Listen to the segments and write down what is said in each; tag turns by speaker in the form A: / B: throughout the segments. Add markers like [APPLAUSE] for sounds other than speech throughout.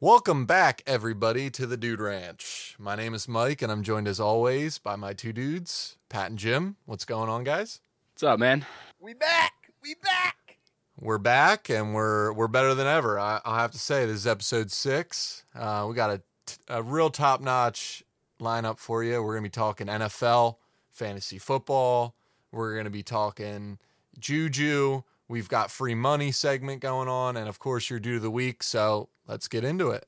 A: Welcome back, everybody, to the Dude Ranch. My name is Mike, and I'm joined as always by my two dudes, Pat and Jim. What's going on, guys?
B: What's up, man?
C: We back. We back.
A: We're back, and we're we're better than ever. I, I'll have to say, this is episode six. Uh, we got a, t- a real top notch lineup for you. We're gonna be talking NFL, fantasy football. We're gonna be talking Juju. We've got free money segment going on, and of course, your dude of the week. So let's get into it.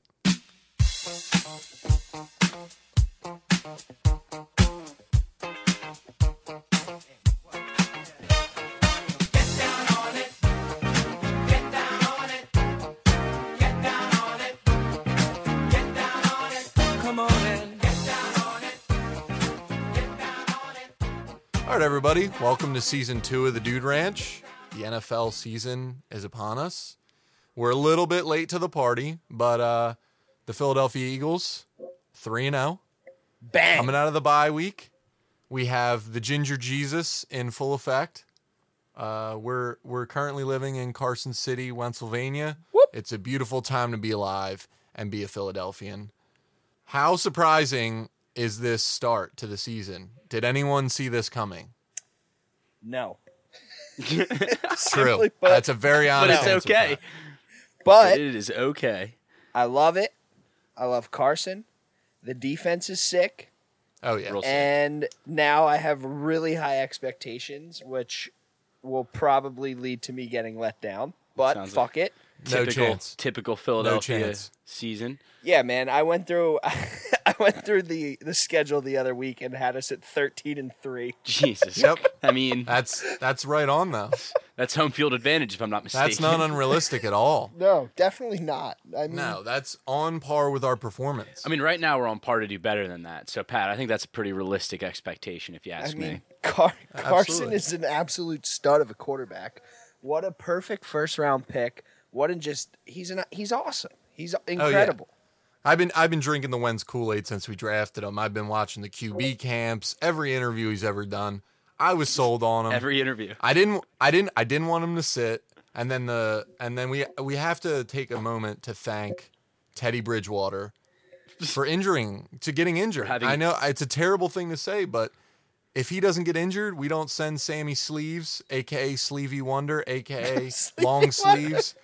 A: All right, everybody, welcome to season two of the Dude Ranch. The NFL season is upon us. We're a little bit late to the party, but uh, the Philadelphia Eagles, 3 0,
C: Bang.
A: coming out of the bye week. We have the Ginger Jesus in full effect. Uh, we're we're currently living in Carson City, Pennsylvania. It's a beautiful time to be alive and be a Philadelphian. How surprising is this start to the season? Did anyone see this coming?
C: no. [LAUGHS]
A: True.
C: Simply put,
A: That's a very
B: But
A: honest
B: it's
A: answer,
B: okay.
C: But
B: It is okay.
C: I love it. I love Carson. The defense is sick.
A: Pat. Oh yeah.
B: Real-
C: And now I have really high expectations, which will probably lead to me getting let down. But
B: Sounds
C: fuck it.
A: No
B: typical,
A: chance.
B: Typical Philadelphia
A: chance.
B: season. [LAUGHS]
C: Yeah, man. I went through [LAUGHS] I went through the, the schedule the other week and had us at thirteen and three.
B: Jesus.
A: Yep.
B: I mean,
A: That's that's right on though.
B: that's home field advantage if I'm not mistaken.
A: That's not unrealistic at all.
C: No, definitely not. I
A: [LAUGHS]
C: mean
A: No, that's on par with our performance.
B: [LAUGHS] I mean, right now we're on par to do better than that. So, Pat, I think that's a pretty realistic expectation, if you
C: I
B: ask me.
C: mean, Car- Carson
A: Absolutely.
C: is an absolute stud of a quarterback. What a perfect first round pick. What a just he's an he's awesome. He's
A: Oh,
C: incredible.
A: I've been I've been drinking the Wens Kool Aid since we drafted him. I've been watching the QB camps, every interview he's ever done. I was sold on him.
B: Every interview.
A: I didn't I didn't I didn't want him to sit. And then the and then we we have to take a moment to thank Teddy Bridgewater for injuring to getting injured.
B: having-
A: I know it's a terrible thing to say, but if he doesn't get injured, we don't send Sammy Sleeves, aka Sleevey Wonder, aka Long Sleeves,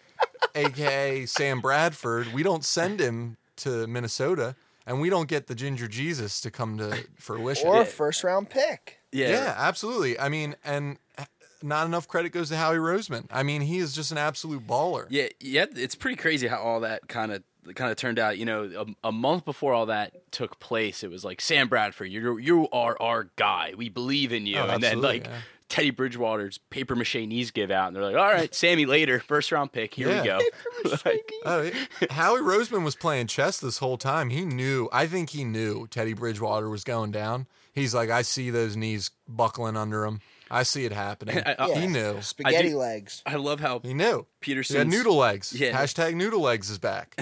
A: aka Sam Bradford. We don't send him to Minnesota, and we don't get the Ginger Jesus to come to fruition.
C: Or a first round pick.
B: Yeah.
A: Yeah, absolutely. I mean, and uh, not enough credit goes to Howie Roseman. I mean, he is just an absolute baller.
B: Yeah, yeah, it's pretty crazy how all that kind of kind of turned out. You know, a, a month before all that took place, it was like Sam Bradford, you you are our guy. We believe in you.
A: Oh,
B: and then
A: absolutely,
B: like
A: yeah.
B: Teddy Bridgewater's paper mache knees give out, and they're like, "All right, Sammy, later, first round pick. Here
A: Yeah.
B: [LAUGHS] we go." Like,
A: Oh,
C: [LAUGHS]
A: it- Howie Roseman was playing chess this whole time. He knew. I think he knew Teddy Bridgewater was going down. He's like, I see those knees buckling under him. I see it happening.
C: [LAUGHS]
B: I-
C: uh,
B: I-
A: Uh, he knew.
C: Spaghetti
B: I do-
C: legs.
B: I love how
A: He knew.
B: Peterson's
A: Yeah, noodle legs.
B: Yeah.
A: Hashtag noodle legs is
C: [LAUGHS]
A: back.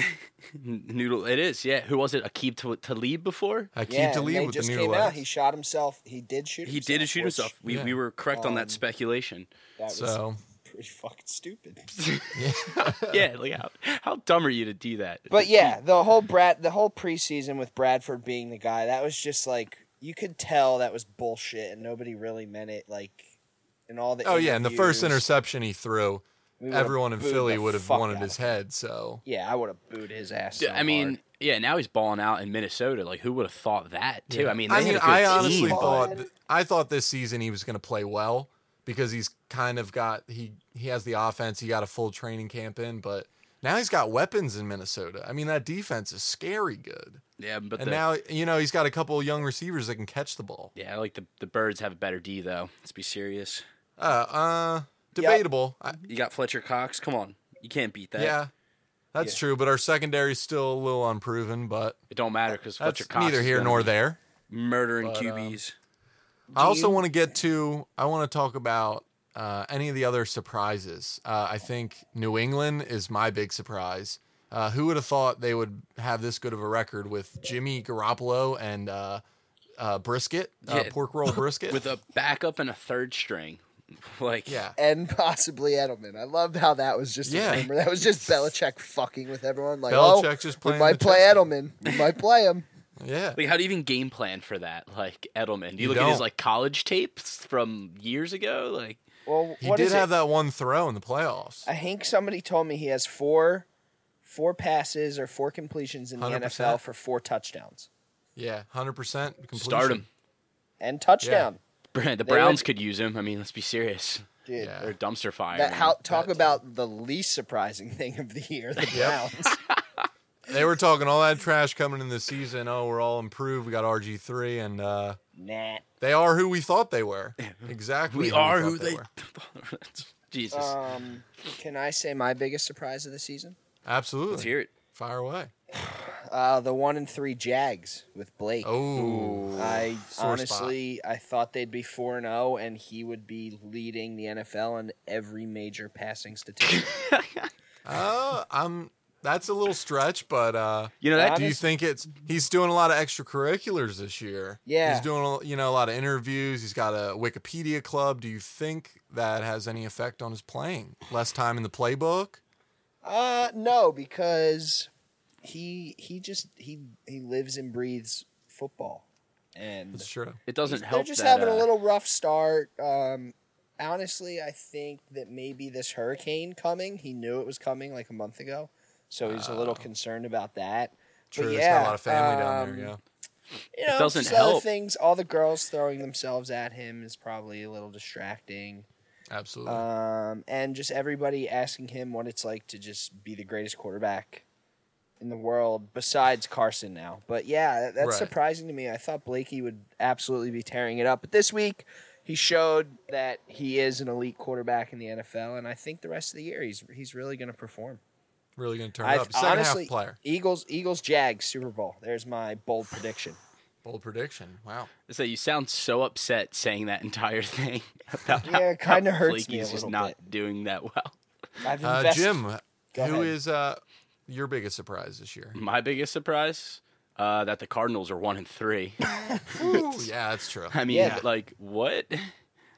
B: n- noodle. It is, yeah. Who was it? Akib Ta- Talib before?
A: I keep
C: Yeah,
A: to
C: and
A: lead
C: they
A: with the
C: just
A: noodle
C: came
A: legs.
C: out. He shot himself. He did shoot.
B: He did shoot
C: which-
B: himself. We
A: yeah.
B: we were correct on
C: Um,
B: that
C: [LAUGHS]
B: speculation.
C: That was
A: so
C: pretty fucking stupid.
B: yeah, like how, how dumb are you to do that?
C: But yeah, the whole Brad, the whole preseason with Bradford being the guy, that was just like you could tell that was bullshit, and nobody really meant it. Like, in all the
A: oh yeah, and the first
C: interviews,
A: interception he threw,
C: we would've
A: everyone in
C: booed
A: Philly
C: the
A: would have
C: fuck
A: wanted
C: out
A: his
C: of him.
A: head. So
C: Yeah, I would have booed his ass.
B: Yeah,
C: so
B: I mean,
C: hard.
B: yeah, now he's balling out in Minnesota. Like, who would have thought that too? I mean, they
A: I
B: had
A: mean,
B: a good
A: I honestly
B: team.
A: thought th- I thought this season he was going to play well because he's kind of got he he has the offense. He got a full training camp in, but now he's got weapons in Minnesota. I mean, that defense is scary good,
B: yeah, but
A: and
B: the,
A: now you know he's got a couple of young receivers that can catch the ball.
B: yeah, like the, the birds have a better D though. Let's be serious.
A: Uh, uh debatable. I,
B: You got Fletcher Cox. Come on, you can't beat that.
A: yeah, that's true. But our secondary's still a little unproven. But
B: it don't matter because
A: that's
B: Fletcher Cox
A: neither
B: is
A: here
B: gonna
A: nor
B: be
A: there.
B: murdering
A: But, um,
B: QBs.
A: I also
C: you-
A: want to get to. I want to talk about uh, any of the other surprises. Uh, I think New England is my big surprise. Uh, who would have thought they would have this good of a record with Jimmy Garoppolo and uh, uh, Brisket, uh,
B: Yeah.
A: pork roll brisket?
B: with a backup and a third string. [LAUGHS] Like,
A: Yeah.
C: and possibly Edelman. I loved how that was just
A: Yeah.
C: a rumor. That was just Belichick fucking with everyone. Like,
A: Belichick
C: oh,
A: just
C: we
A: playing
C: might
A: the
C: play
A: chess game.
C: Edelman. We might play him.
A: Yeah.
B: Like, how do you even game plan for that? Like Edelman, do you,
A: You
B: look at his
A: don't.
B: like college tapes from years ago? Like,
C: Well,
A: He
C: what
A: did
C: is
A: have
C: it?
A: that one throw in the playoffs.
C: I think somebody told me he has four, four passes or four completions in the
A: 100%.
C: NFL for four touchdowns
A: Yeah, 100% completion.
B: start him. [LAUGHS]
C: and touchdown.
B: The
C: They would-
B: Browns could use him. I mean, let's be serious.
C: Dude,
A: Yeah.
B: They're a dumpster fire.
C: that
B: man.
C: how talk
A: that-
C: about the least surprising [LAUGHS] thing of the year, the
A: Yep.
C: Browns.
A: They were talking all that trash coming in the season. Oh, we're all improved. We got RG3 and uh
C: nah.
A: they are who we thought they were. Exactly.
B: we are who
A: thought
B: they.
A: were. [LAUGHS]
B: Jesus,
C: Um, can I say my biggest surprise of the season?
A: Absolutely.
B: let's hear it.
A: Fire away.
C: Uh, the one and three Jags with Blake.
A: Oh.
C: I
A: sore spot.
C: honestly, I thought they'd be four and zero, and he would be leading the NFL in every major
A: [LAUGHS]
C: passing statistic.
A: Uh, I'm that's a little stretch, but uh
B: [LAUGHS] You know that
A: do you
C: Honest-
A: think it's he's doing a lot of extracurriculars this year?
C: Yeah.
A: He's doing a, you know a lot of interviews, he's got a Wikipedia club. Do you think that has any effect on his playing? Less time in the playbook?
C: uh, no, because he he just he he lives and breathes football, and
A: That's true.
B: It doesn't
C: They're
B: help.
C: just
B: that,
C: having
B: uh,
C: a little rough start. Um, honestly, I think that maybe this hurricane coming, he knew it was coming like a month ago, so he's a little concerned about that.
A: True.
C: but
A: There's
C: yeah,
A: got a lot of family down
C: um,
A: there, yeah.
C: You know,
B: doesn't
C: just other
B: help.
C: things. All the girls throwing themselves at him is probably a little distracting.
A: Absolutely.
C: Um, and just everybody asking him what it's like to just be the greatest quarterback in the world besides Carson now. But yeah, that- that's
A: Right.
C: surprising to me. I thought Blakey would absolutely be tearing it up. But this week, he showed that he is an elite quarterback in the NFL, and I think the rest of the year he's he's really going to perform.
A: really going to turn
C: I
A: it up. Second
C: honestly
A: half player.
C: Eagles Eagles Jags Super Bowl. There's my bold prediction.
A: Bold prediction. Wow.
B: So you sound so upset saying that entire [LAUGHS] thing about
C: Yeah, it
B: how
C: kinda hurts me
B: Blakey's
C: a
B: just
C: little
B: not doing that well. [LAUGHS]
C: I've
A: Uh,
C: invested-
A: Jim,
C: Go
A: who
C: ahead.
A: is uh, your biggest surprise this year?
B: My biggest surprise uh, that the Cardinals are one and three. [LAUGHS]
A: Ooh, [LAUGHS] yeah, that's true.
B: I mean,
C: Yeah.
B: like what,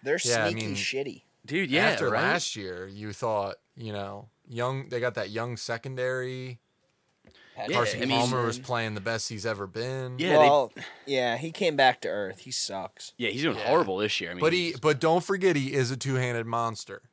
C: They're
A: Yeah, I
C: sneaky
A: mean-
C: shitty.
B: dude? Yeah,
A: After
B: right?
A: last year, you thought you know young. They got that young secondary.
B: Yeah,
A: Carson
B: I mean-
A: Palmer was playing the best he's ever been.
B: Yeah. they-
C: well, yeah, he came back to earth. He sucks.
B: yeah, he's doing
A: Yeah.
B: horrible this year. I mean,
A: but he. But don't forget, he is a two-handed monster.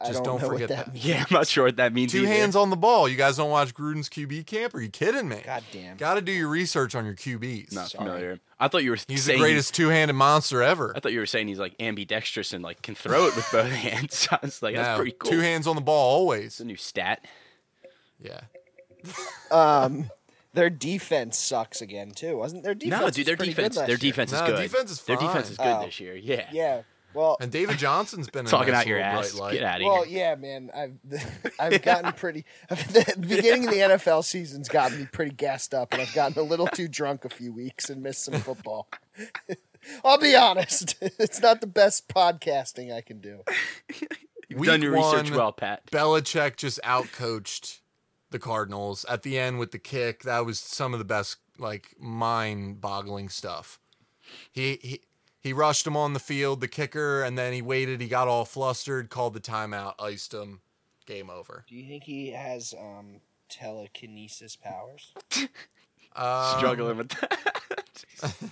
C: I
A: Just
C: don't,
A: don't
C: know
A: forget
C: what that,
A: that.
B: [LAUGHS]
C: means.
B: yeah, I'm not sure what that means.
A: Two
B: either.
A: hands on the ball. You guys don't watch Gruden's QB camp? Are you kidding me?
C: God damn.
A: Got to do your research on your QBs.
B: Not
C: Sorry.
B: familiar. I thought you were.
A: He's
B: saying
A: the greatest two-handed monster ever.
B: I thought you were saying he's like ambidextrous and like can throw it with both [LAUGHS] hands. I was like, that's
A: No,
B: pretty cool.
A: Two hands on the ball always.
B: It's a new stat.
A: Yeah.
C: Um, their defense sucks again too. Wasn't their defense?
B: no, dude, their
C: was pretty
B: defense,
C: Good last
B: their
C: year?
B: defense is
A: No,
B: good.
A: defense is
B: Their defense
A: fine.
B: is good
C: Oh.
B: this year. Yeah,
C: Yeah. Well.
A: And David Johnson's been a
B: Talking
A: nice
B: out your
A: little
B: ass.
A: bright light.
B: Get out of
C: Well,
B: here.
C: yeah, man. I've [LAUGHS] I've gotten pretty. [LAUGHS] The beginning of the NFL season's gotten me pretty gassed up, and I've gotten a little too drunk a few weeks and missed some football. [LAUGHS] I'll be honest; [LAUGHS] it's not the best podcasting I can do.
B: You've done
A: Week
B: your research
A: one,
B: well, Pat.
A: Belichick just outcoached the Cardinals at the end with the kick. That was some of the best, like mind-boggling stuff. He he he rushed him on the field, the kicker, and then he waited. He got all flustered, called the timeout, iced him. Game over.
C: Do you think he has um, telekinesis powers?
A: Um,
B: Struggling with that. [LAUGHS]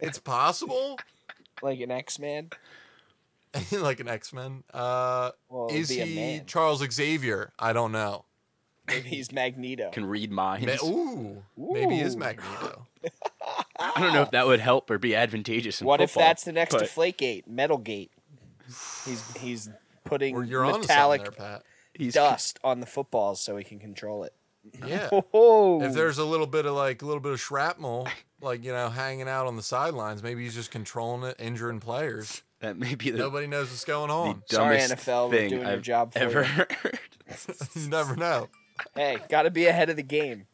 A: It's possible, [LAUGHS]
C: Like an X Man?
A: like an X Men. Uh,
C: Well,
A: is
C: be a
A: he
C: man.
A: Charles Xavier? I don't know.
C: Maybe he's Magneto.
B: Can read
A: Ma-
B: minds.
A: Ooh, maybe he is
C: Ooh.
A: Magneto.
B: I don't know if that would help or be advantageous. In
C: What if
B: football,
C: that's the next
B: but
C: deflate gate, metal gate? He's he's putting
A: Or you're on
C: metallic
A: something there,
C: [LAUGHS]
A: Pat.
B: he's
C: dust on the footballs so he can control it.
A: Yeah.
C: [LAUGHS] Oh,
A: if there's a little bit of like a little bit of shrapnel, [LAUGHS] like you know, hanging out on the sidelines, maybe he's just controlling it, injuring players.
B: [LAUGHS] That may be the,
A: Nobody knows what's going
B: the [LAUGHS]
A: on. [LAUGHS]
C: Sorry,
B: dumbest
C: NFL, we're
B: thing
C: doing your
B: I've
C: job for
B: ever
C: you.
B: heard.
A: you never know.
C: hey, got to be ahead of the game.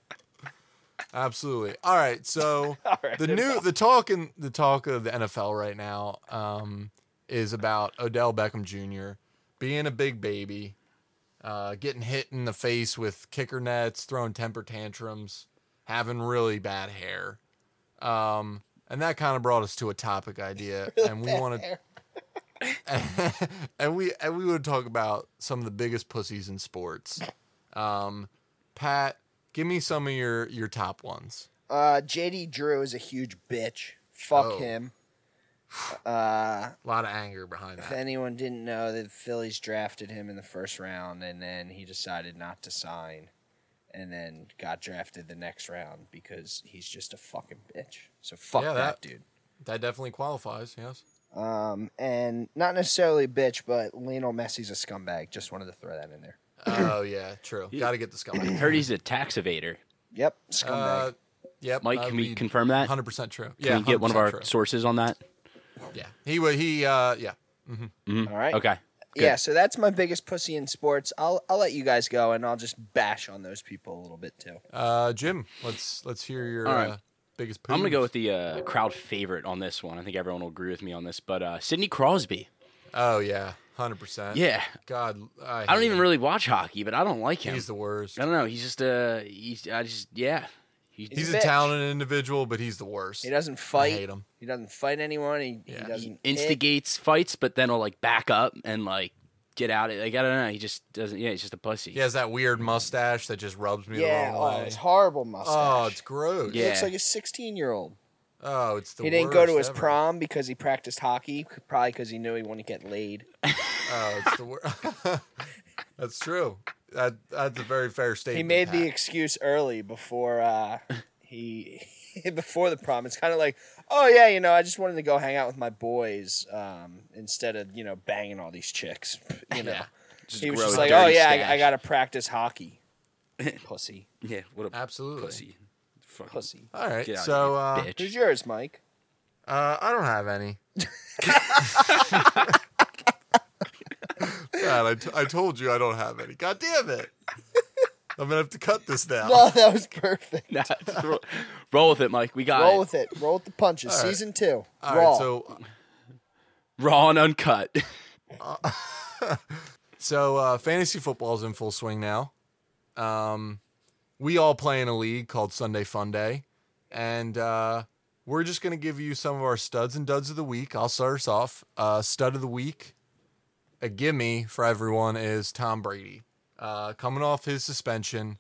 A: Absolutely. All right. So
C: [LAUGHS] All right,
A: the new the talk in the talk of the NFL right now um, is about Odell Beckham Jr. being a big baby, uh, getting hit in the face with kicker nets, throwing temper tantrums, having really bad hair,
C: [LAUGHS]
A: um, and that kind of brought us to a topic idea, and we want to. [LAUGHS] and we and we would talk about some of the biggest pussies in
C: [LAUGHS]
A: sports. Um, Pat, give me some of your your top ones.
C: Uh, JD Drew is a huge bitch. Fuck
A: Oh.
C: him. Uh,
A: A lot of anger behind
C: if
A: that.
C: anyone didn't know, the Phillies drafted him in the first round, and then he decided not to sign, and then got drafted the next round because he's just a fucking bitch. So fuck
A: Yeah, that-
C: that dude.
A: That definitely qualifies. Yes.
C: Um, and not necessarily a bitch, but Lionel Messi's a scumbag. Just wanted to throw that in there.
A: [CLEARS THROAT] Oh yeah, true. Got to get the
C: [CLEARS THROAT]
B: I
A: scumbag.
B: [LAUGHS] heard he's a tax evader.
C: Yep, scumbag.
A: Uh, yep.
B: Mike, can we confirm that?
A: Hundred percent true.
B: Can
A: yeah,
B: we get one of
A: 100%
B: our
A: true.
B: sources on that?
A: Yeah, he would. He uh, yeah.
C: All right.
B: Hmm. Okay. good.
C: Yeah, so that's my biggest pussy in sports. I'll I'll let you guys go, and I'll just bash on those people a little bit too.
A: Uh, Jim, let's let's hear your
B: All right.
A: uh, biggest.
B: I'm gonna
A: poos.
B: go with the uh, crowd favorite on this one. I think everyone will agree with me on this, but uh, Sidney Crosby.
A: Oh yeah, hundred percent.
B: Yeah,
A: God, I,
B: I don't
A: hate
B: even
A: him.
B: really watch hockey, but I don't like him.
A: He's the worst.
B: I don't know. He's just uh, he's I just yeah. He-
A: He's,
C: He's
A: a,
C: a bitch.
A: talented individual, but he's the worst.
C: He doesn't
A: I
C: fight.
A: hate him.
C: He doesn't fight anyone. He,
A: Yeah.
C: he
A: He
B: he
C: doesn't hit.
B: instigates fights, but then will like back up and like get out. Of, like I don't know. He just doesn't. Yeah, he's just a pussy.
A: He has that weird mustache that just rubs me
C: Yeah,
A: the wrong
C: oh,
A: way.
C: it's horrible mustache.
A: Oh, it's gross.
C: He
B: Yeah.
C: looks like a sixteen-year-old.
A: Oh, it's the
C: He didn't go to
A: worst
C: his
A: ever.
C: prom because he practiced hockey, c- probably because he knew he wouldn't get laid.
A: Oh, it's the worst. [LAUGHS] that's true. That that's a very fair statement.
C: He made the
A: Pat.
C: excuse early before uh, [LAUGHS] he [LAUGHS] before the prom. It's kind of like, oh yeah, you know, I just wanted to go hang out with my boys um, instead of you know banging all these chicks. You know,
A: Yeah.
C: he was
B: grow
C: just
B: a
C: like, oh
B: dirty
C: yeah,
B: stash."
C: I, I got to practice hockey. Pussy,
B: Yeah. What a
A: absolutely.
B: pussy.
A: [LAUGHS]
B: Fucking
C: pussy.
A: All right,
B: Get out
A: so
B: of
A: uh,
B: here,
A: [LAUGHS]
B: bitch.
C: Who's yours, Mike? [LAUGHS]
A: uh, I don't have any. God, I, t- I told you I don't have any. God damn it! I'm gonna have to cut this now.
C: Oh, that was perfect.
B: Nah, just roll, roll with it, Mike. We got
C: Roll
B: it.
C: with it. Roll with the punches.
A: All right.
C: Season two.
A: All
C: Raw.
A: right, so
B: raw and uncut. [LAUGHS]
A: So uh, fantasy football is in full swing now. Um, we all play in a league called Sunday Fun Day, and uh, we're just going to give you some of our studs and duds of the week. I'll start us off. Uh, stud of the week, a gimme for everyone is Tom Brady. Uh, coming off his suspension,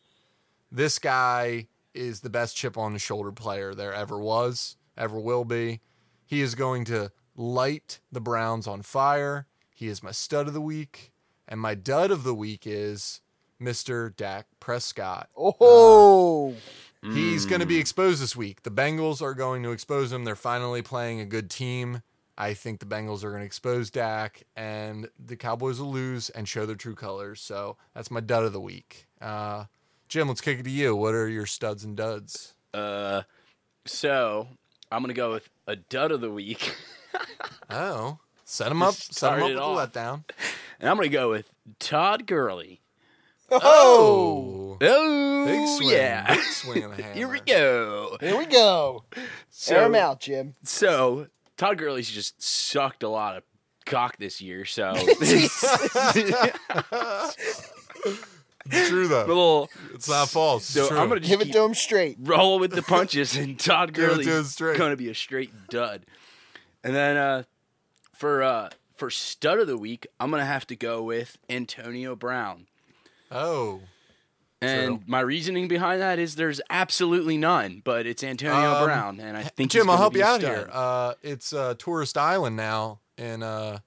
A: this guy is the best chip on the shoulder player there ever was, ever will be. He is going to light the Browns on fire. He is my stud of the week. And my dud of the week is Mr. Dak Prescott.
C: oh,
A: He's going to
B: Hmm.
A: be exposed this week. The Bengals are going to expose him. They're finally playing a good team. I think the Bengals are going to expose Dak, and the Cowboys will lose and show their true colors. So that's my dud of the week. Uh, Jim, let's kick it to you. What are your studs and duds?
B: Uh, so I'm gonna go with a dud of the week, [LAUGHS]
A: Oh, set him up.
B: Just
A: Set him up
B: started
A: with a
B: off.
A: letdown.
B: and I'm gonna go with Todd Gurley.
A: Oh,
B: Oh,
A: big swing.
B: yeah.
A: Big swing and a hammer.
B: [LAUGHS] Here we go.
C: here we go.
B: So,
C: Air him out, Jim. [LAUGHS]
B: so Todd Gurley's just sucked a lot of cock this year.
C: [LAUGHS]
B: So [LAUGHS]
A: It's true though.
B: little.
A: It's not false. It's
B: So
A: true.
B: I'm gonna just
C: Give it
B: keep
C: to him straight.
B: rolling with the punches, and Todd
A: Give it to him
B: Gurley's
A: straight.
B: gonna be a straight dud. And then uh, for uh, for stud of the week, I'm gonna have to go with Antonio Brown.
A: Oh.
B: And my reasoning behind that is there's absolutely none, but it's Antonio
A: Um,
B: Brown, and I think he's
A: Jim, I'll
B: gonna
A: help
B: be
A: you
B: a
A: out
B: stud.
A: here. Uh, it's uh, tourist island now in uh,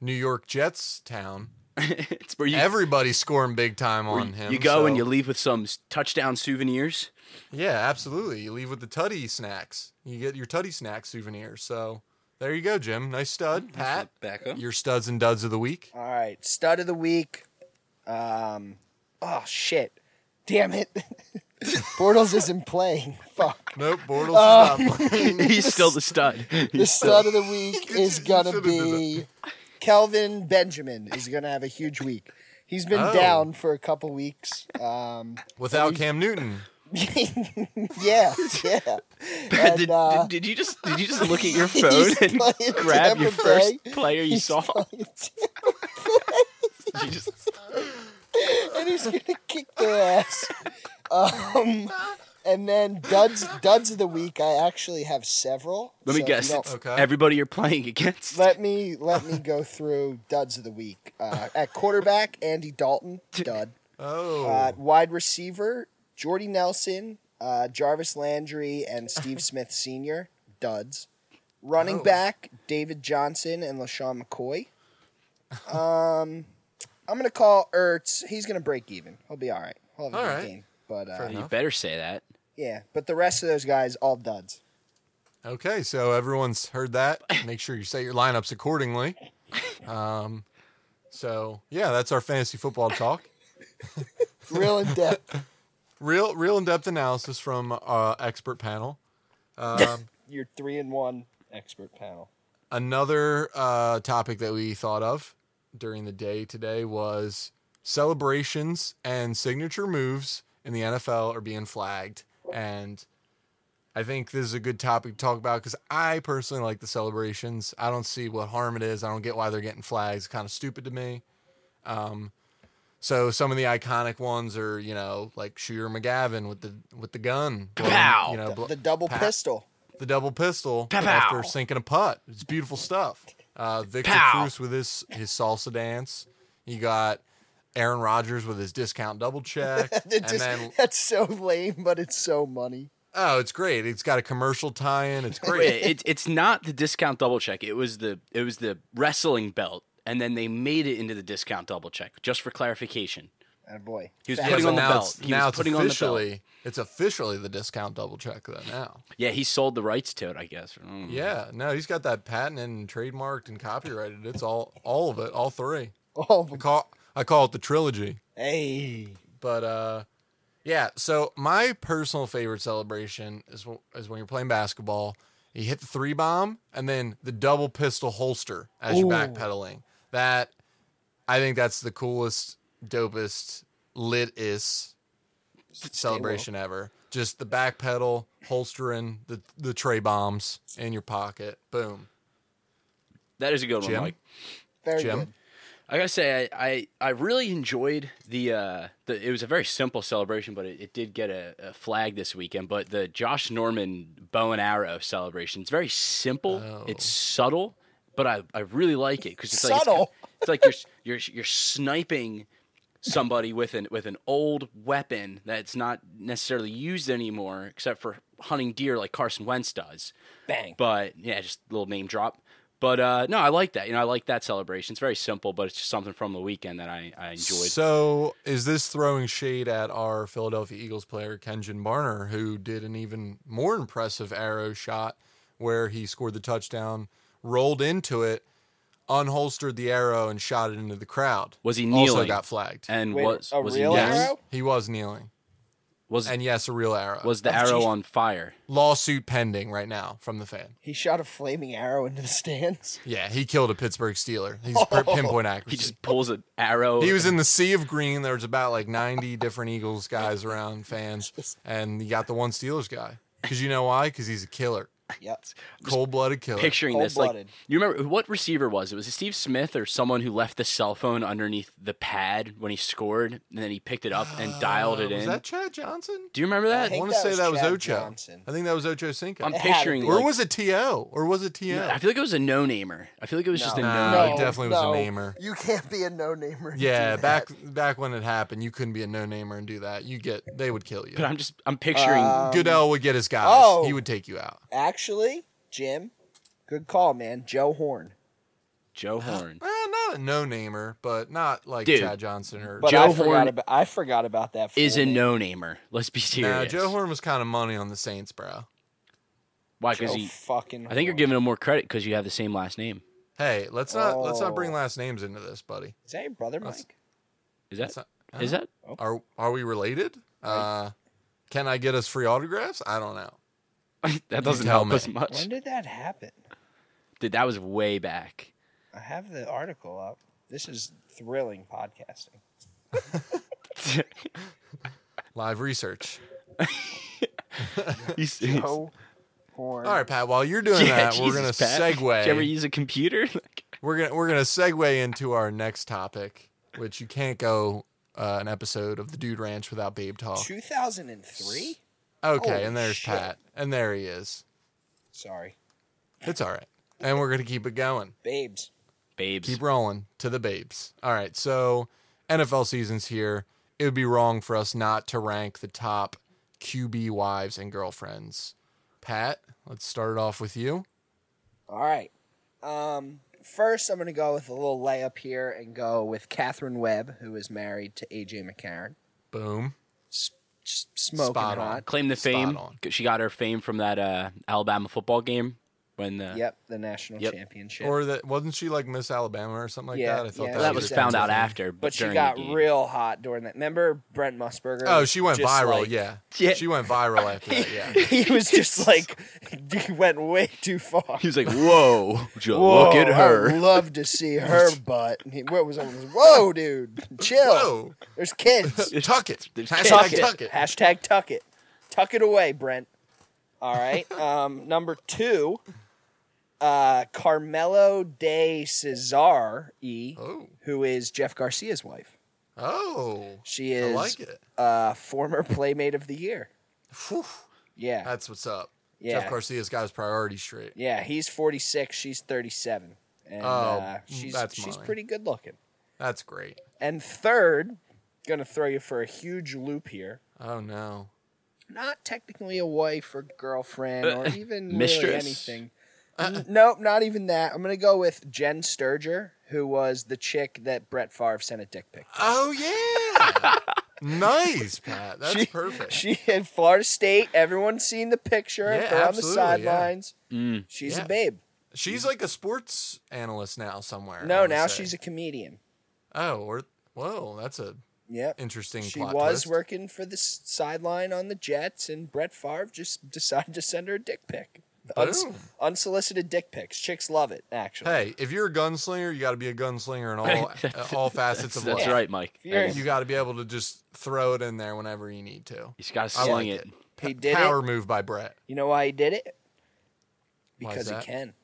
A: New York Jets town.
B: [LAUGHS] it's where you
A: Everybody's scoring big time
B: where
A: on him.
B: you go and
A: so-
B: you leave with some s- touchdown souvenirs.
A: yeah, absolutely. You leave with the tutty snacks. You get your tutty snack souvenir. So there you go, Jim. Nice stud, Pat.
B: Back up.
A: Your studs and duds of the week.
C: All right, stud of the week. Um, oh shit, damn it! [LAUGHS] Bortles isn't playing.
B: [LAUGHS]
C: Fuck.
A: Nope, Bortles
B: Oh.
A: is not playing.
B: He's still the stud.
C: The
B: He's still-
C: stud of the
B: [LAUGHS]
C: week is
A: You
C: gonna
A: should've done
C: be Kelvin Benjamin. Is gonna have a huge week. He's been
A: Oh.
C: down for a couple weeks. Um, [LAUGHS]
A: Without Cam Newton,
C: yeah, yeah. [LAUGHS]
B: [LAUGHS]
C: And,
B: did,
C: uh,
B: did, did you just did you just look at your
C: [LAUGHS] he's
B: phone and
C: playing
B: [LAUGHS] grab your
C: Tampa
B: first [LAUGHS]
C: Bay.
B: player you
C: [LAUGHS]
B: saw? You just-
C: and he's gonna kick their ass. Um, And then duds duds of the week. I actually have several.
B: Let me
C: so
B: guess.
C: no,
B: It's
A: Okay.
B: Everybody you're playing against.
C: let me let me go through duds of the week. Uh, at quarterback, Andy Dalton, dud.
A: Oh,
C: Uh, wide receiver, Jordy Nelson, uh, Jarvis Landry,
A: [LAUGHS]
C: and Steve Smith Sr., duds. Running
A: Oh.
C: back, David Johnson and LaShawn
A: [LAUGHS]
C: McCoy. Um, I'm going to call Ertz. He's going to break even. He'll be all right. He'll have a
A: All
C: good
A: right.
C: game. But
A: Fair
C: uh,
B: you
A: enough.
B: better say that.
C: yeah, but the rest of those guys, all duds.
A: okay. So everyone's heard that. Make sure you set your lineups accordingly. Um, so yeah, that's our fantasy football talk.
C: Real in depth.
A: [LAUGHS] Real, real in-depth analysis from uh, expert panel. Um,
C: Your three and one expert panel.
A: another uh, topic that we thought of during the day today was celebrations and signature moves in the NFL are being flagged. And I think this is a good topic to talk about because I personally like the celebrations. I don't see what harm it is. I don't get why they're getting flags. Kind of stupid to me. Um, so some of the iconic ones are, you know, like Shooter McGavin with the with the gun,
B: Kapow!
A: you know, bl-
C: The double
A: Pat-
C: pistol. [LAUGHS]
A: the double pistol
B: Pow, pow.
A: after sinking a putt. It's beautiful stuff. Uh, Victor
B: Pow.
A: Cruz with his his salsa dance. You got Aaron Rodgers with his discount double
B: [LAUGHS]
A: check,
C: That
A: and
C: just-
A: then
C: that's so lame, but it's so money.
A: oh, it's great. It's got a commercial tie-in. It's great.
B: Wait, it, it's not the discount double check. It was the it was the wrestling belt, and then they made it into the discount double check. Just for clarification,
C: Oh boy.
B: He was
C: Fat-
B: putting
A: So
B: on the
A: now
B: belt.
A: it's,
B: He
A: now
B: was
A: it's
B: putting on the belt.
A: officially it's officially the discount double check though now.
B: yeah, he sold the rights to it. I guess. Mm.
A: Yeah, no, he's got that patented and trademarked and copyrighted. It's all all of it, all three.
C: [LAUGHS] all of
A: I
C: them.
A: call I call it the trilogy.
C: Hey.
A: But uh, yeah. So my personal favorite celebration is wh- is when you're playing basketball, you hit the three bomb and then the double pistol holster as you're
C: Ooh.
A: backpedaling. That I think that's the coolest, dopest, lit is celebration ever. Just the back pedal, holstering the the tray bombs in your pocket. Boom.
B: that is a good
A: Jim?
B: one, Mike.
C: Very
A: Jim?
C: good.
B: I gotta say, I, I, I really enjoyed the, uh, the. It was a very simple celebration, but it, it did get a, a flag this weekend. But the Josh Norman bow and arrow celebration, it's very simple.
A: Oh.
B: It's subtle, but I, I really like it because it's Like,
C: Subtle?
B: [LAUGHS] it's, it's like you're you're you're sniping somebody with an with an old weapon that's not necessarily used anymore, except for hunting deer like Carson Wentz does.
C: Bang.
B: But yeah, just a little name drop. But uh, no, I like that. You know, I like that celebration. It's very simple, but it's just something from the weekend that I, I enjoyed.
A: So, is this throwing shade at our Philadelphia Eagles player Kenjon Barner, who did an even more impressive arrow shot where he scored the touchdown, rolled into it, unholstered the arrow, and shot it into the crowd?
B: Was he
A: Also
B: kneeling?
A: got flagged.
B: and
C: Wait,
B: was
C: a
B: was
C: real
B: he
A: yes,
B: kneeling?
C: arrow?
A: he was kneeling,
B: Was
A: and yes, a real arrow.
B: was the
C: Oh,
B: arrow
C: geez.
B: on fire?
A: lawsuit pending right now from the fan?
C: He shot a flaming arrow into
A: [LAUGHS]
C: the stands.
A: Yeah, he killed a Pittsburgh Steeler. He's
C: [LAUGHS]
A: per-
C: Oh.
A: pinpoint accuracy.
B: He just pulls an arrow.
A: He was in the sea of green. There was about like 90 different Eagles guys around, fans, and you got the one Steelers guy. Because you know why? Because he's a killer,
C: Yep.
A: cold blooded killer.
B: picturing this like
C: Cold-blooded.
B: you remember what receiver was it was it steve smith or someone who left the cell phone underneath the pad when he scored and then he picked it up
A: [GASPS]
B: and dialed
A: Uh,
B: it
A: Was
B: in
A: that Chad Johnson?
B: do you remember
A: I,
B: that
C: think
A: want to
C: that
A: say
C: was
A: that was
C: Chad
A: Ocho.
C: Johnson.
A: I think that was Ocho Cinco.
B: i'm
C: It had to
B: picturing
C: be.
A: or
B: like-
A: was it T.O.? Or was it T.O.?
B: i feel like it was a no-namer i feel like it was just a
A: No.
B: no
A: it definitely was a namer.
C: You can't be a no namer.
A: yeah, back back when it happened, you couldn't be a no namer and do that. You get they would kill you.
B: but i'm just i'm picturing
C: Uh,
A: Goodell would get his guys.
C: oh.
A: He would take you out.
C: Actually, Jim, good call, man. Joe Horn.
B: joe horn
A: Eh, not a no namer, but not like
B: Dude.
A: Chad Johnson or
C: But
B: Joe
C: I
B: Horn
C: forgot about I forgot about that.
B: is a
C: fool.
B: no-namer let's be
A: Nah,
B: serious
A: Joe Horn was kind of money on the Saints, bro.
B: why
C: Joe
B: because he
C: fucking.
B: i think you're
C: Horn.
B: giving him more credit because you have the same last name
A: Hey, let's not let's not bring
C: Oh.
A: last names into this, buddy.
C: Is that your brother,
A: That's-
C: Mike?
B: is that
A: It's not- I
B: is
A: don't-
B: that
A: are are we related? Uh, can I get us free autographs? I don't know.
B: [LAUGHS] that doesn't
A: tell
B: help
A: me.
B: us much
C: When did that happen?
B: dude that was way back [LAUGHS]
C: I have the article up. This is thrilling podcasting.
A: [LAUGHS] Live research.
B: He's- he's- [LAUGHS]
C: Joe Horn.
A: All right, Pat. While you're doing that, we're gonna
B: [LAUGHS] Did you ever
A: segue.
B: use a computer? [LAUGHS] Like,
A: We're gonna we're gonna segue into our next topic, which you can't go uh, an episode of the Dude Ranch without Babe Talk.
C: 2003.
A: Okay,
C: Holy
A: and there's
C: shit.
A: Pat, and there he is.
C: Sorry,
A: It's all right, and we're gonna keep it going.
C: babes.
B: babes.
A: Keep rolling to the babes. All right, so NFL season's here. It would be wrong for us not to rank the top QB wives and girlfriends. Pat, let's start it off with you.
C: All right. Um, first, I'm going to go with a little layup here and go with Catherine Webb, who is married to AJ McCarron.
A: Boom.
C: S- s- smoking
A: Spot on.
C: hot.
B: Claim the
A: Spot
B: fame.
A: on.
B: She got her fame from that uh, Alabama football game when uh, the
C: Yep, the national
B: Yep.
C: championship.
A: Or that wasn't she like Miss Alabama or something like
C: Yeah,
A: that? I thought
C: yeah,
A: that,
B: Well, that
C: was
B: was found out
A: different.
B: after, but,
C: but she
B: during
C: got
B: the game.
C: real hot during that. Remember Brent Musburger?
A: Oh, she went
C: Just
A: viral.
C: like-
A: yeah.
B: Yeah.
A: she went viral after that. Yeah.
C: [LAUGHS] He was just like, [LAUGHS] he went way too far.
B: He was like,
C: [LAUGHS]
B: "Whoa, would you
C: Whoa,
B: look at
C: I would
B: her."
C: love to
A: [LAUGHS]
C: see her butt. And he, what was on? Whoa, dude, chill.
A: Whoa. [LAUGHS]
C: There's kids.
A: Oh, Tuck
C: [LAUGHS]
A: it.
B: There's
A: Hashtag
B: tuck
A: tuck
B: it.
A: it.
C: Hashtag tuck it. Tuck it away, Brent. All right. [LAUGHS] Um, number two, uh, Carmelo de Cesar E,
A: Oh.
C: who is Jeff Garcia's wife.
A: Oh.
C: She
A: I
C: is
A: like it.
C: uh, former Playmate of the Year.
A: Phew.
C: Yeah.
A: That's what's up.
C: yeah.
A: Jeff Garcia's got his priorities straight.
C: Yeah, he's 46, she's 37. And
A: Oh,
C: uh, she's
A: that's
C: she's
A: mine.
C: pretty good looking.
A: That's great.
C: And third, gonna throw you for a huge loop here.
A: Oh no.
C: Not technically a wife or
A: [LAUGHS]
C: girlfriend or
B: Uh,
C: even really
B: mistress?
C: anything.
A: Uh,
C: N- nope, not even that. I'm gonna go with Jen Sturger, who was the chick that Brett Favre sent a dick pic. to.
A: Oh
C: [LAUGHS]
A: yeah. nice, Pat. That's
C: She-
A: perfect.
C: [LAUGHS] She in Florida State. Everyone's seen the picture of
A: Yeah,
C: her on the
A: absolutely, yeah.
C: sidelines.
B: Mm.
C: She's
A: Yeah.
C: a babe.
A: she's like a sports analyst now somewhere. I
C: No,
A: wanna
C: now
A: say.
C: she's a comedian.
A: Oh, or whoa, that's a
C: Yep.
A: interesting
C: She
A: plot
C: was
A: twist.
C: working for the s- sideline on the Jets, and Brett Favre just decided to send her a dick pic. Uns-
A: Boom.
C: unsolicited dick pics. Chicks love it, actually.
A: Hey, if you're a gunslinger, you got to be a
C: [LAUGHS]
A: gunslinger in all uh, all
B: [LAUGHS]
A: facets
B: That's,
A: of
B: that's
A: life.
B: right, Mike.
C: If you're-
B: You
A: You got to be able to just throw it in there whenever you need to.
B: just gotta
A: I
B: sling
A: like
B: it.
A: it.
C: He did
A: Power
C: it.
A: move by Brett.
C: You know why he did it?
A: Why is
C: Because he
A: that?
C: can.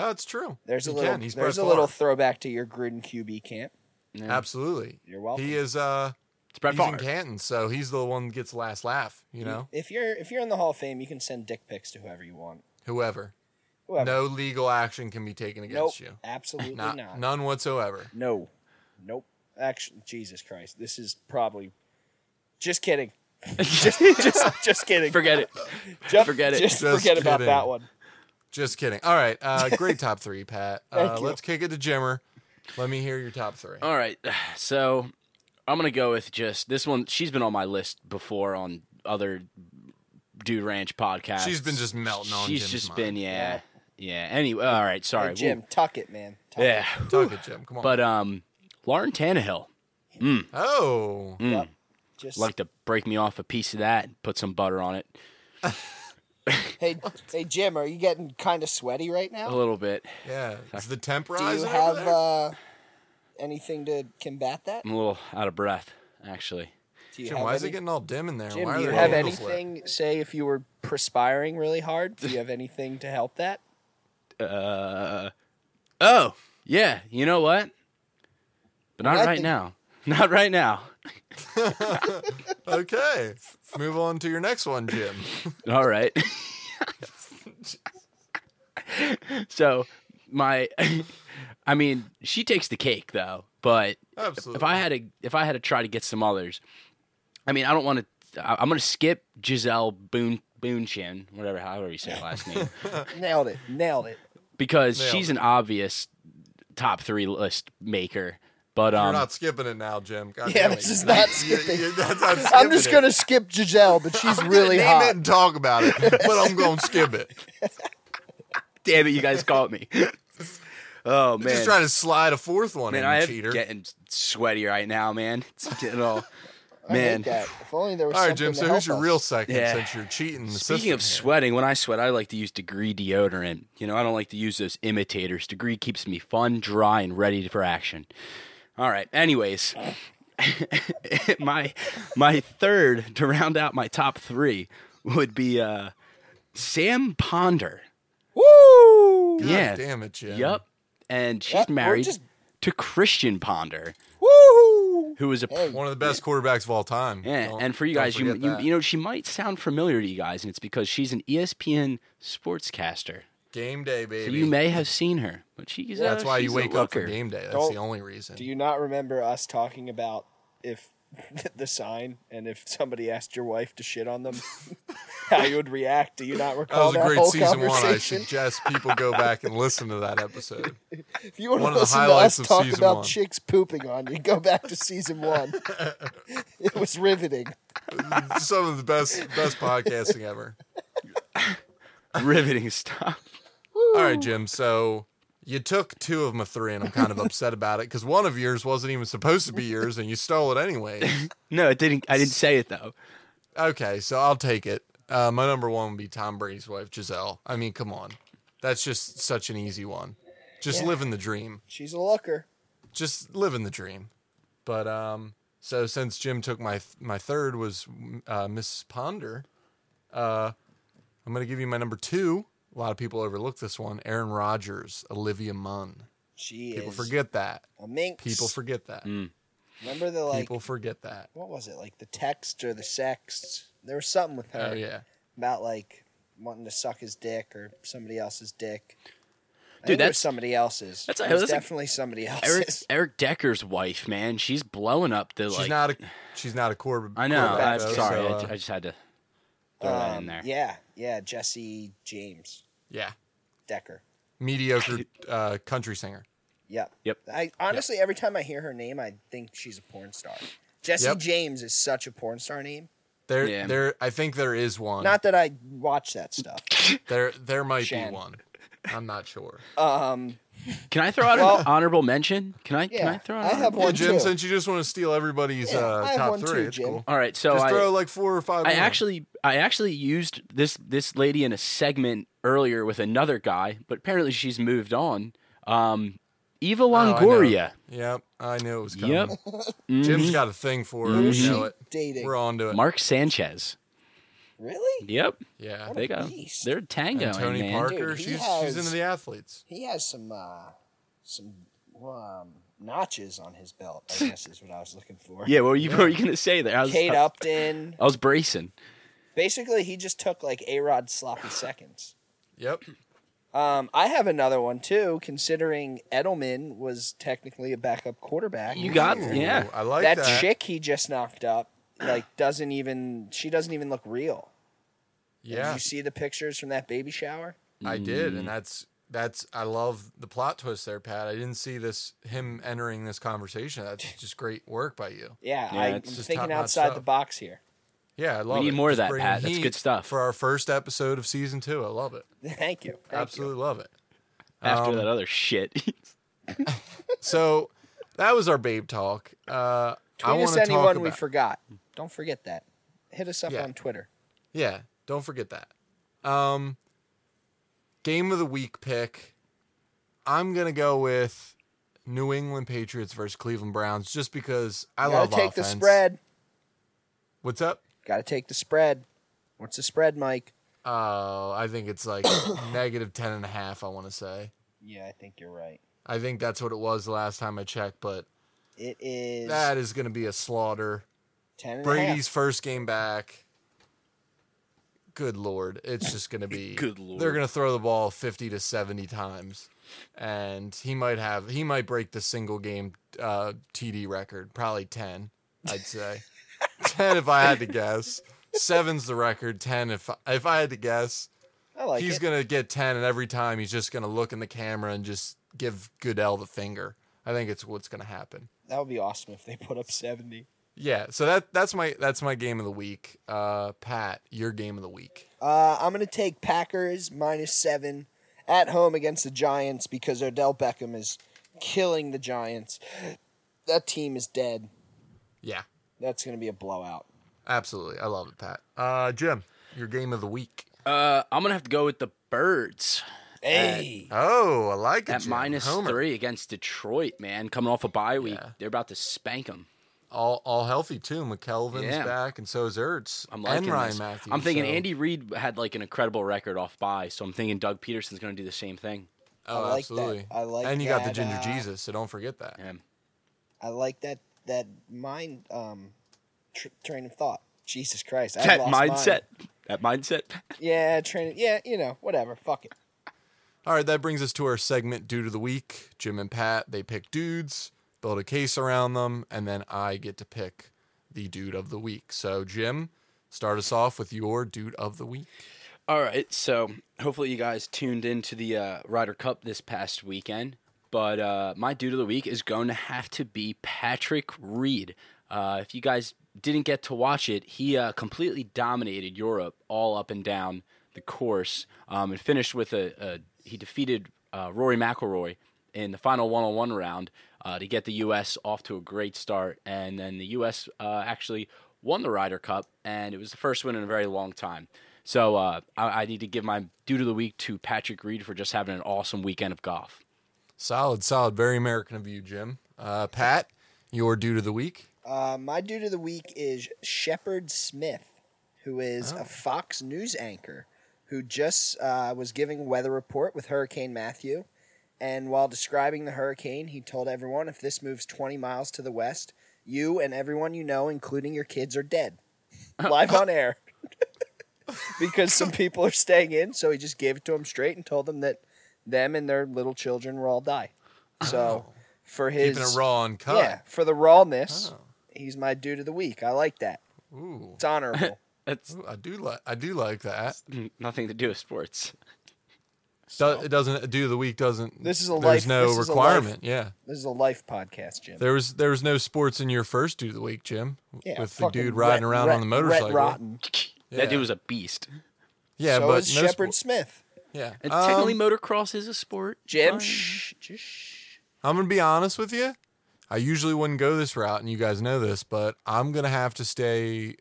A: Oh, it's true.
C: There's a
A: He
C: little.
A: can. He's
C: there's
A: Brett
C: a little
A: Favre.
C: throwback to your Gruden QB camp.
B: Yeah.
A: Absolutely.
C: You're welcome.
A: He is uh
B: It's Brett
A: he's in
B: Favre.
A: Canton, so he's the one that gets last laugh, you know?
C: If you're if you're in the Hall of Fame, you can send dick pics to whoever you want.
A: Whoever.
C: Whoever.
A: No legal action can be taken
C: nope.
A: against you.
C: Absolutely
A: Not,
C: not.
A: none whatsoever.
C: No. Nope. Actually, Jesus Christ, this is probably. Just
A: [LAUGHS]
C: kidding. just, just, just kidding.
B: Forget it.
C: Just,
B: Forget it.
C: Just,
A: Just
C: forget about
A: kidding.
C: that one.
A: Just kidding. All right.
C: [LAUGHS]
A: Uh great top 3, Pat.
C: Thank
A: Uh
C: you.
A: let's kick it to Jimmer. Let me hear your top 3.
B: All right. [SIGHS] So I'm going to go with just this one. She's been on my list before on other Dude Ranch podcasts.
A: She's been just melting on
B: She's
A: Jim's
B: just
A: mind.
B: been, yeah. Yeah. Anyway, all right. Sorry.
C: Hey, Jim, tuck it, man. Tuck
B: Woo. Yeah.
A: Talk it, Jim. Come on.
B: But um, Lauren Tannehill.
A: oh.
C: it.
B: Mm.
C: Yep. Just
B: Like to break me off a piece of that, put some butter on it
C: hey, hey, Jim, are you getting kind of sweaty right
B: a
C: now?
B: little bit.
A: Yeah. Is the
C: Do
A: temporizer
C: you
A: over
C: have
A: there?
C: uh, anything to combat that?
B: I'm a little out of breath, actually.
C: Do you
A: Jim,
C: have
A: why is
C: any-
A: it getting all dim in there?
C: Jim,
A: why are
C: do you
A: there
C: have
A: candles lit?
C: anything? Say, if you were perspiring really hard, do you have anything to help that?
B: Uh, oh, yeah. You know what? But not
C: I
B: right
C: think-
B: now. [LAUGHS] Not right now.
A: Okay. Move on to your next one, Jim.
B: [LAUGHS] All right. so, my, [LAUGHS] I mean, she takes the cake though. But
A: Absolutely.
B: if I had to, if I had to try to get some others, I mean, I don't want to. I- I'm going to skip Giselle Boon Boonchin, whatever, however you say her last
A: [LAUGHS]
B: name,
C: Nailed it. Nailed it.
B: because
A: Nailed
B: she's an obvious top three list maker. But
A: You're
B: um,
A: not skipping it now, Jim. God
C: Yeah,
A: damn
C: this
A: it.
C: is not
A: [LAUGHS] You- you-
C: skipping.
A: that's not
C: I'm
A: skipping
C: just
A: it.
C: gonna skip Giselle,
A: [LAUGHS]
C: but she's
A: I'm gonna
C: really
A: name it
C: hot.
A: and talk about it, but I'm gonna skip it.
B: damn
A: [LAUGHS]
B: it, you guys caught me. oh man,
A: Just trying to slide a fourth one
B: man,
A: in,
B: I
A: you
B: am
A: cheater.
B: getting sweaty right now, man. It's
A: [LAUGHS]
B: getting all.
C: I hate
B: Man,
C: that. If only there was
A: All right,
C: something
A: Jim.
C: to
A: So
C: help
A: who's your
C: us.
A: real second
B: Yeah.
A: since you're cheating? The
B: Speaking of
A: system
B: sweating, when I sweat, I like to use degree deodorant. You know, I don't like to use those imitators. Degree keeps me fun, dry, and ready for action. All right. Anyways, [LAUGHS] my my third to round out my top three would be uh, Sam Ponder.
C: Woo!
A: here. God
B: yeah.
A: damn it, Jim.
B: Yep. And she's
C: Yep, we're
B: married
C: just-
B: to Christian Ponder.
C: Woo! Woo!
B: who was a
C: Hey.
A: One of the best quarterbacks of all time.
B: Yeah,
A: Don't-
B: Eh, and for you
A: don't
B: guys, you,
A: forget
B: you
A: that.
B: you know she might sound familiar to you guys, and it's because she's an E ESPN sportscaster.
A: game day,
B: So
A: baby.
B: you may have seen her, but she's
A: That's
B: uh,
A: why you
B: she's a
A: wake up for
B: looker.
A: [LAUGHS] game day. That's
C: Don't-
A: the only reason.
C: Do you not remember us talking about if [LAUGHS] the sign and if somebody asked your wife to shit on them, [LAUGHS] how you would react? Do you not
A: that
C: recall
A: was
C: that,
A: a great
C: whole
A: season one. I
C: conversation?
A: suggest people go back and listen to that
B: [LAUGHS]
A: episode.
C: If you want
A: one of
C: to
A: the
C: listen to us
A: highlights of
C: talk
A: season
C: about
A: one.
C: chicks pooping on you, go back to
A: [LAUGHS]
C: season one. it was riveting.
A: Some of the best best podcasting ever.
B: [LAUGHS] Riveting stuff.
A: All right, Jim. So you took two of my three, and I'm kind of upset about it because one of yours wasn't even supposed to be yours, and you stole it
B: [LAUGHS]
A: anyway.
B: No, it didn't. I didn't say
A: [LAUGHS]
B: it though.
A: Okay, so I'll take it. Uh, my number one would be Tom Brady's wife, Giselle. I mean, come on, that's just such an easy one. Just
C: Yeah.
A: living the dream.
C: She's a looker.
A: Just living the dream. But um, so since Jim took my my third was uh, Miss Ponder, uh, I'm gonna give you my number two. A lot of people overlook this one. Aaron Rodgers, Olivia Munn.
C: She
A: People
C: is
A: forget that.
C: a minx.
A: People forget that.
B: Mm.
C: remember the like.
A: People forget that.
C: What was it like? The text or the sex? There was something with her
A: Oh yeah.
C: about like wanting to suck his dick or somebody else's dick.
B: Dude,
C: I think it was
B: that's-
C: somebody else's.
B: that's-
C: It
B: that
C: was
B: was, like,
C: definitely somebody
B: Eric
C: else's.
B: Eric Decker's wife, man, she's blowing up the
A: She's
B: like.
A: not a she's not a quarter- quarterback.
B: I know. I'm
A: though,
B: sorry.
A: so,
B: I,
A: uh,
B: ju- I just had to throw that in
C: Um,
B: there.
C: Yeah, yeah. Jesse James
A: yeah.
C: Decker.
A: mediocre uh, country singer.
C: Yep.
B: Yep.
C: I honestly, every time I hear her name, I think she's a porn star. Jesse
A: Yep.
C: James is such a porn star name.
A: There,
B: Yeah.
A: there. I think there is one.
C: Not that I watch that stuff.
A: there, there might
C: Shan.
A: be one. I'm not sure.
C: Um,
B: Can I throw out
C: Well-
B: an honorable mention? Can I? can
C: Yeah,
B: I throw out?
C: I
B: an
C: have
B: honorable-
A: Well,
C: [LAUGHS] one
A: Jim,
C: too.
A: since you just want to steal everybody's
C: Yeah,
A: uh,
C: I have
A: top
C: one
A: three,
C: too,
A: it's
C: Jim.
A: cool.
B: All right. So
A: just
B: I,
A: throw like four or five.
B: I
A: in.
B: actually I actually used this this lady in a segment earlier with another guy, but apparently she's moved on. Um, Eva
A: Oh, I know.
B: Longoria.
A: Yep, I knew it was coming.
B: yep.
A: Jim's got a thing for her.
C: who
A: We
C: is she
A: know it.
C: dating?
A: We're on to it.
B: Mm-hmm. Mark Sanchez.
C: Really?
B: Yep.
A: yeah,
B: They got
C: beast.
B: they're tango.
A: and Tony
B: man.
A: Parker.
C: Dude, he
A: she's
C: has-
A: she's into the athletes.
C: He has some uh, some um, notches on his belt. I guess is what I was looking for.
B: Yeah. What were you, what were you gonna say there? I was,
C: Kate Upton.
B: I was bracing.
C: Basically, he just took like A Rod's sloppy seconds.
A: Yep.
C: Um, I have another one too. Considering Edelman was technically a backup quarterback,
B: You got
A: Ooh,
B: yeah.
A: I like
C: that,
A: that.
C: chick he just knocked up. Like [CLEARS THROAT] doesn't even she doesn't even look real. Did
A: Yeah,
C: you see the pictures from that baby shower?
A: I did,
C: Mm.
A: and that's that's. I love the plot twist there, Pat. I didn't see this him entering this conversation.
C: [LAUGHS]
A: That's just great work by you.
C: Yeah,
B: Yeah,
C: I, am
B: it's
A: just
C: thinking
A: top-notch
C: outside the
A: stuff.
C: box here. [LAUGHS]
A: Yeah, I love it.
B: need more of that,
A: bring
B: Pat. That's
A: heat
B: good stuff.
A: For our first episode of season two. I love it.
C: Thank you. Thank
A: Absolutely love it.
B: After
A: Um,
B: that other shit. [LAUGHS]
A: So that was our babe talk. Uh,
C: You.
A: I
C: Tweet
A: want
C: us
A: to talk
C: anyone we
A: about.
C: forgot. Don't forget that. Hit us up
A: Yeah.
C: on Twitter.
A: yeah, don't forget that. Um, game of the week pick. I'm gonna go with New England Patriots versus Cleveland Browns, just because I
C: Gotta
A: love
C: take
A: offense.
C: the spread.
A: What's up?
C: Gotta take the spread. What's the spread, Mike?
A: Oh, I think it's
C: [COUGHS]
A: like negative ten and a half. I want to say.
C: Yeah, I think you're right.
A: I think that's what it was the last time I checked, but
C: It is
A: that is going to be a slaughter.
C: ten and a half.
A: Brady's first game back. Good lord, it's just going to be.
B: [LAUGHS] Good lord.
A: they're going to throw the ball fifty to seventy times, and he might have he might break the single game uh, TD record, probably ten. I'd
C: [LAUGHS]
A: say ten if I had to guess. Seven's the record. Ten if if I had to guess,
C: I like
A: he's
C: it.
A: going to get ten, and every time he's just going to look in the camera and just give Goodell the finger. I think it's what's going to happen.
C: That would be awesome if they put up seventy.
A: Yeah, so that that's my that's my game of the week. Uh, Pat, your game of the week.
C: Uh, I'm going to take Packers minus seven at home against the Giants because Odell Beckham is killing the Giants. That team is dead.
A: Yeah,
C: That's going to be a blowout.
A: absolutely. I love it, Pat. Uh, Jim, your game of the week.
B: uh, I'm gonna have to go with the birds.
C: Hey,
A: Oh, I like it.
B: At
A: Jim.
B: minus
A: Homer.
B: three against Detroit, man, coming off a bye week,
A: Yeah.
B: they're about to spank them.
A: all all healthy too. McKelvin's
B: Yeah.
A: back, and so is Ertz.
B: I'm liking
A: and Ryan
B: this.
A: Matthews.
B: I'm thinking
A: so-
B: Andy Reid had like an incredible record off bye, so I'm thinking Doug Peterson's going to do the same thing.
A: Oh,
C: I like that.
A: absolutely.
C: I like
A: And you got the
C: that,
A: Ginger
C: uh,
A: Jesus, so don't forget that.
B: Um,
C: I like that that mind um, tr- train of thought. Jesus Christ, I
B: that
C: lost mine.
B: mindset. That mindset. [LAUGHS]
C: Yeah, train. Yeah, you know, whatever. Fuck it.
A: All right, that brings us to our segment Dude of the Week. Jim and Pat, they pick dudes, build a case around them, and then I get to pick the dude of the week. So, Jim, start us off with your dude of the week.
B: All right, so hopefully you guys tuned into the uh, Ryder Cup this past weekend, but uh, my dude of the week is going to have to be Patrick Reed. Uh, if you guys didn't get to watch it, he uh, completely dominated Europe all up and down the course, um, and finished with a, a he defeated uh, Rory McIlroy in the final one-on-one round uh, to get the U.S. off to a great start, and then the U.S. Uh, actually won the Ryder Cup, and it was the first win in a very long time. So uh, I, I need to give my dude of the week to Patrick Reed for just having an awesome weekend of golf.
A: Solid, solid. Very American of you, Jim. Uh, Pat, your dude of the week.
C: Uh, my dude of the week is Shepard Smith, who is
A: Oh.
C: a Fox News anchor who just uh, was giving weather report with Hurricane Matthew. And while describing the hurricane, he told everyone if this moves 20 miles to the west, you and everyone you know, including your kids,
A: [LAUGHS]
C: are dead. Live on air. [LAUGHS] because some people are staying in, so he just gave it to them straight and told them that them and their little children will all die. So for his
A: Oh. Keeping it raw and cut.
C: yeah, for the rawness,
A: Oh.
C: he's my dude of the week. I like that.
A: Ooh, [LAUGHS]
C: It's honorable.
B: That's [LAUGHS]
A: Ooh, I do like I do like that.
B: nothing to do with sports. [LAUGHS]
A: Do- it doesn't do the week doesn't.
C: This is a
A: there's
C: life-
A: no
C: this is a life-
A: requirement. Yeah,
C: this is a life podcast, Jim.
A: there was there was no sports in your first dude of the week, Jim.
C: Yeah,
A: with the dude
C: fucking
A: riding
C: Rhett-
A: around on the
C: Rhett- Rhett
A: motorcycle.
C: Rotten.
A: Yeah.
B: That dude was a beast.
A: Yeah,
C: so
A: but
C: is
A: no
C: Shepard
A: spo-
C: Smith.
A: yeah,
B: And
A: Um,
B: technically, motocross is a sport.
C: Jim,
B: Fine.
C: shh, just shh.
A: I'm gonna be honest with you. I usually wouldn't go this route, and you guys know this, but I'm gonna have to stay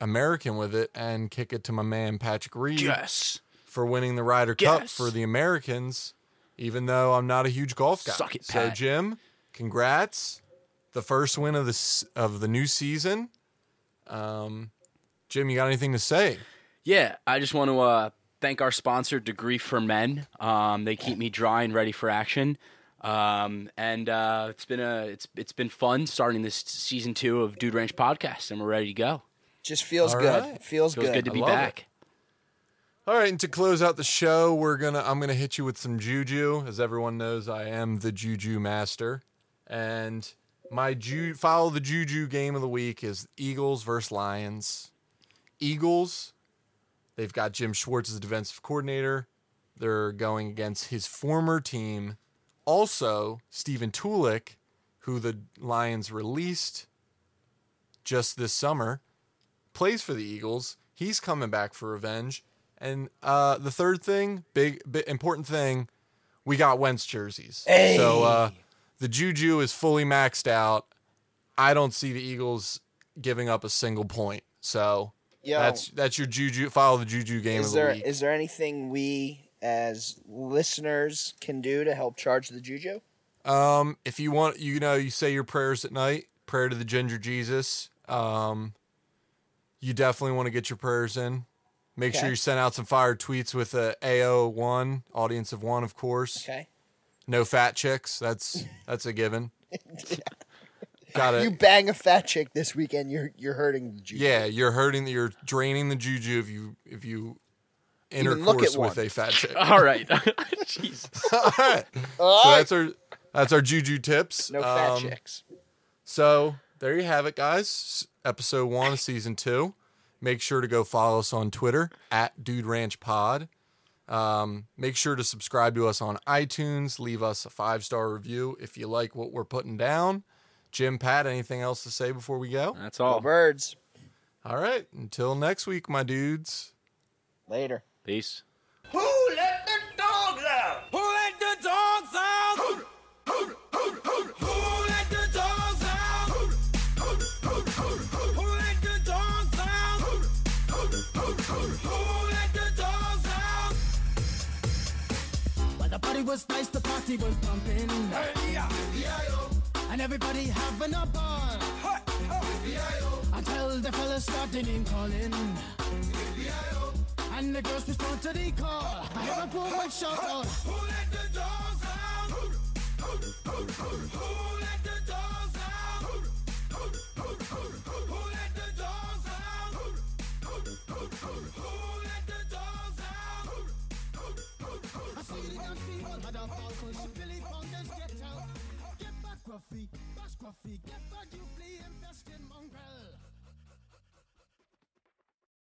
A: American with it and kick it to my man Patrick Reed
B: Yes.
A: for winning the Ryder Cup
B: Yes.
A: for the Americans. Even though I'm not a huge golf guy,
B: Suck it,
A: so
B: Pat.
A: Jim, congrats, the first win of the s- of the new season. Um, Jim, you got anything to say?
B: Yeah, I just want to uh, thank our sponsor, Degree for Men. Um, they keep me dry and ready for action. Um, and uh, it's been a it's it's been fun starting this season two of Dude Ranch podcast, and we're ready to go.
C: Just feels
A: All
C: good.
A: right.
C: Feels,
B: Feels
C: good.
B: good to be
A: love it.
B: back. [LAUGHS]
A: All right, and to close out the show, we're gonna I'm gonna hit you with some juju. As everyone knows, I am the juju master, and my ju follow the juju game of the week is Eagles versus Lions. Eagles, they've got Jim Schwartz as the defensive coordinator. They're going against his former team, also Steven Tulik, who the Lions released just this summer plays for the Eagles. He's coming back for revenge. And uh, the third thing, big, bi important thing, we got Wentz jerseys. So uh, the juju is fully maxed out. I don't see the Eagles giving up a single point. So
C: Yo,
A: that's that's your juju. Follow the juju game
C: is
A: of
C: there
A: the week.
C: is there anything we as listeners can do to help charge the juju?
A: Um, if you want, you know, you say your prayers at night, prayer to the ginger Jesus. Um, you definitely want to get your prayers in. Make sure
C: Okay.
A: you send out some fire tweets with a AO1 audience of one, of course.
C: Okay.
A: No fat chicks. That's that's a
C: [LAUGHS]
A: given. Got it.
C: You bang a fat chick this weekend, you're you're hurting the juju.
A: yeah, you're hurting. You're draining the juju if you if you
C: Even look at
A: intercourse with
C: one.
A: a fat
C: [LAUGHS]
A: chick. [LAUGHS]
B: All right, [LAUGHS] Jesus.
A: All right. So that's our that's our juju tips.
C: No fat
A: Um,
C: chicks.
A: So there you have it, guys. Episode one of season two. Make sure to go follow us on Twitter at Dude Ranch Pod. Um, make sure to subscribe to us on iTunes. Leave us a five star review if you like what we're putting down. Jim, Pat, anything else to say before we go?
B: That's
C: Go
B: all.
C: birds.
A: All right. Until next week, my dudes.
C: Later.
B: Peace.
D: Who let the dogs out? Who let the dogs out? Who, who, who, who, who let the dogs out? Who, who, who, who, who, who let the dogs out? Who, who, who, who, who let the dogs out?
E: While the party was nice, the party was pumping. And everybody having a ball. Until the fellas started name calling. And the girls respond to the call. I have a boom and shout out.
D: Who let the dogs out? Who, who, who, who, who let the dogs out? Who, who, Who let the dogs out? Who let the dogs out?
E: I see the MC on the balcony. Billy Fountains, get out. Get back, Gruffy. Bash, Gruffy. Get back, you flea infested mongrel.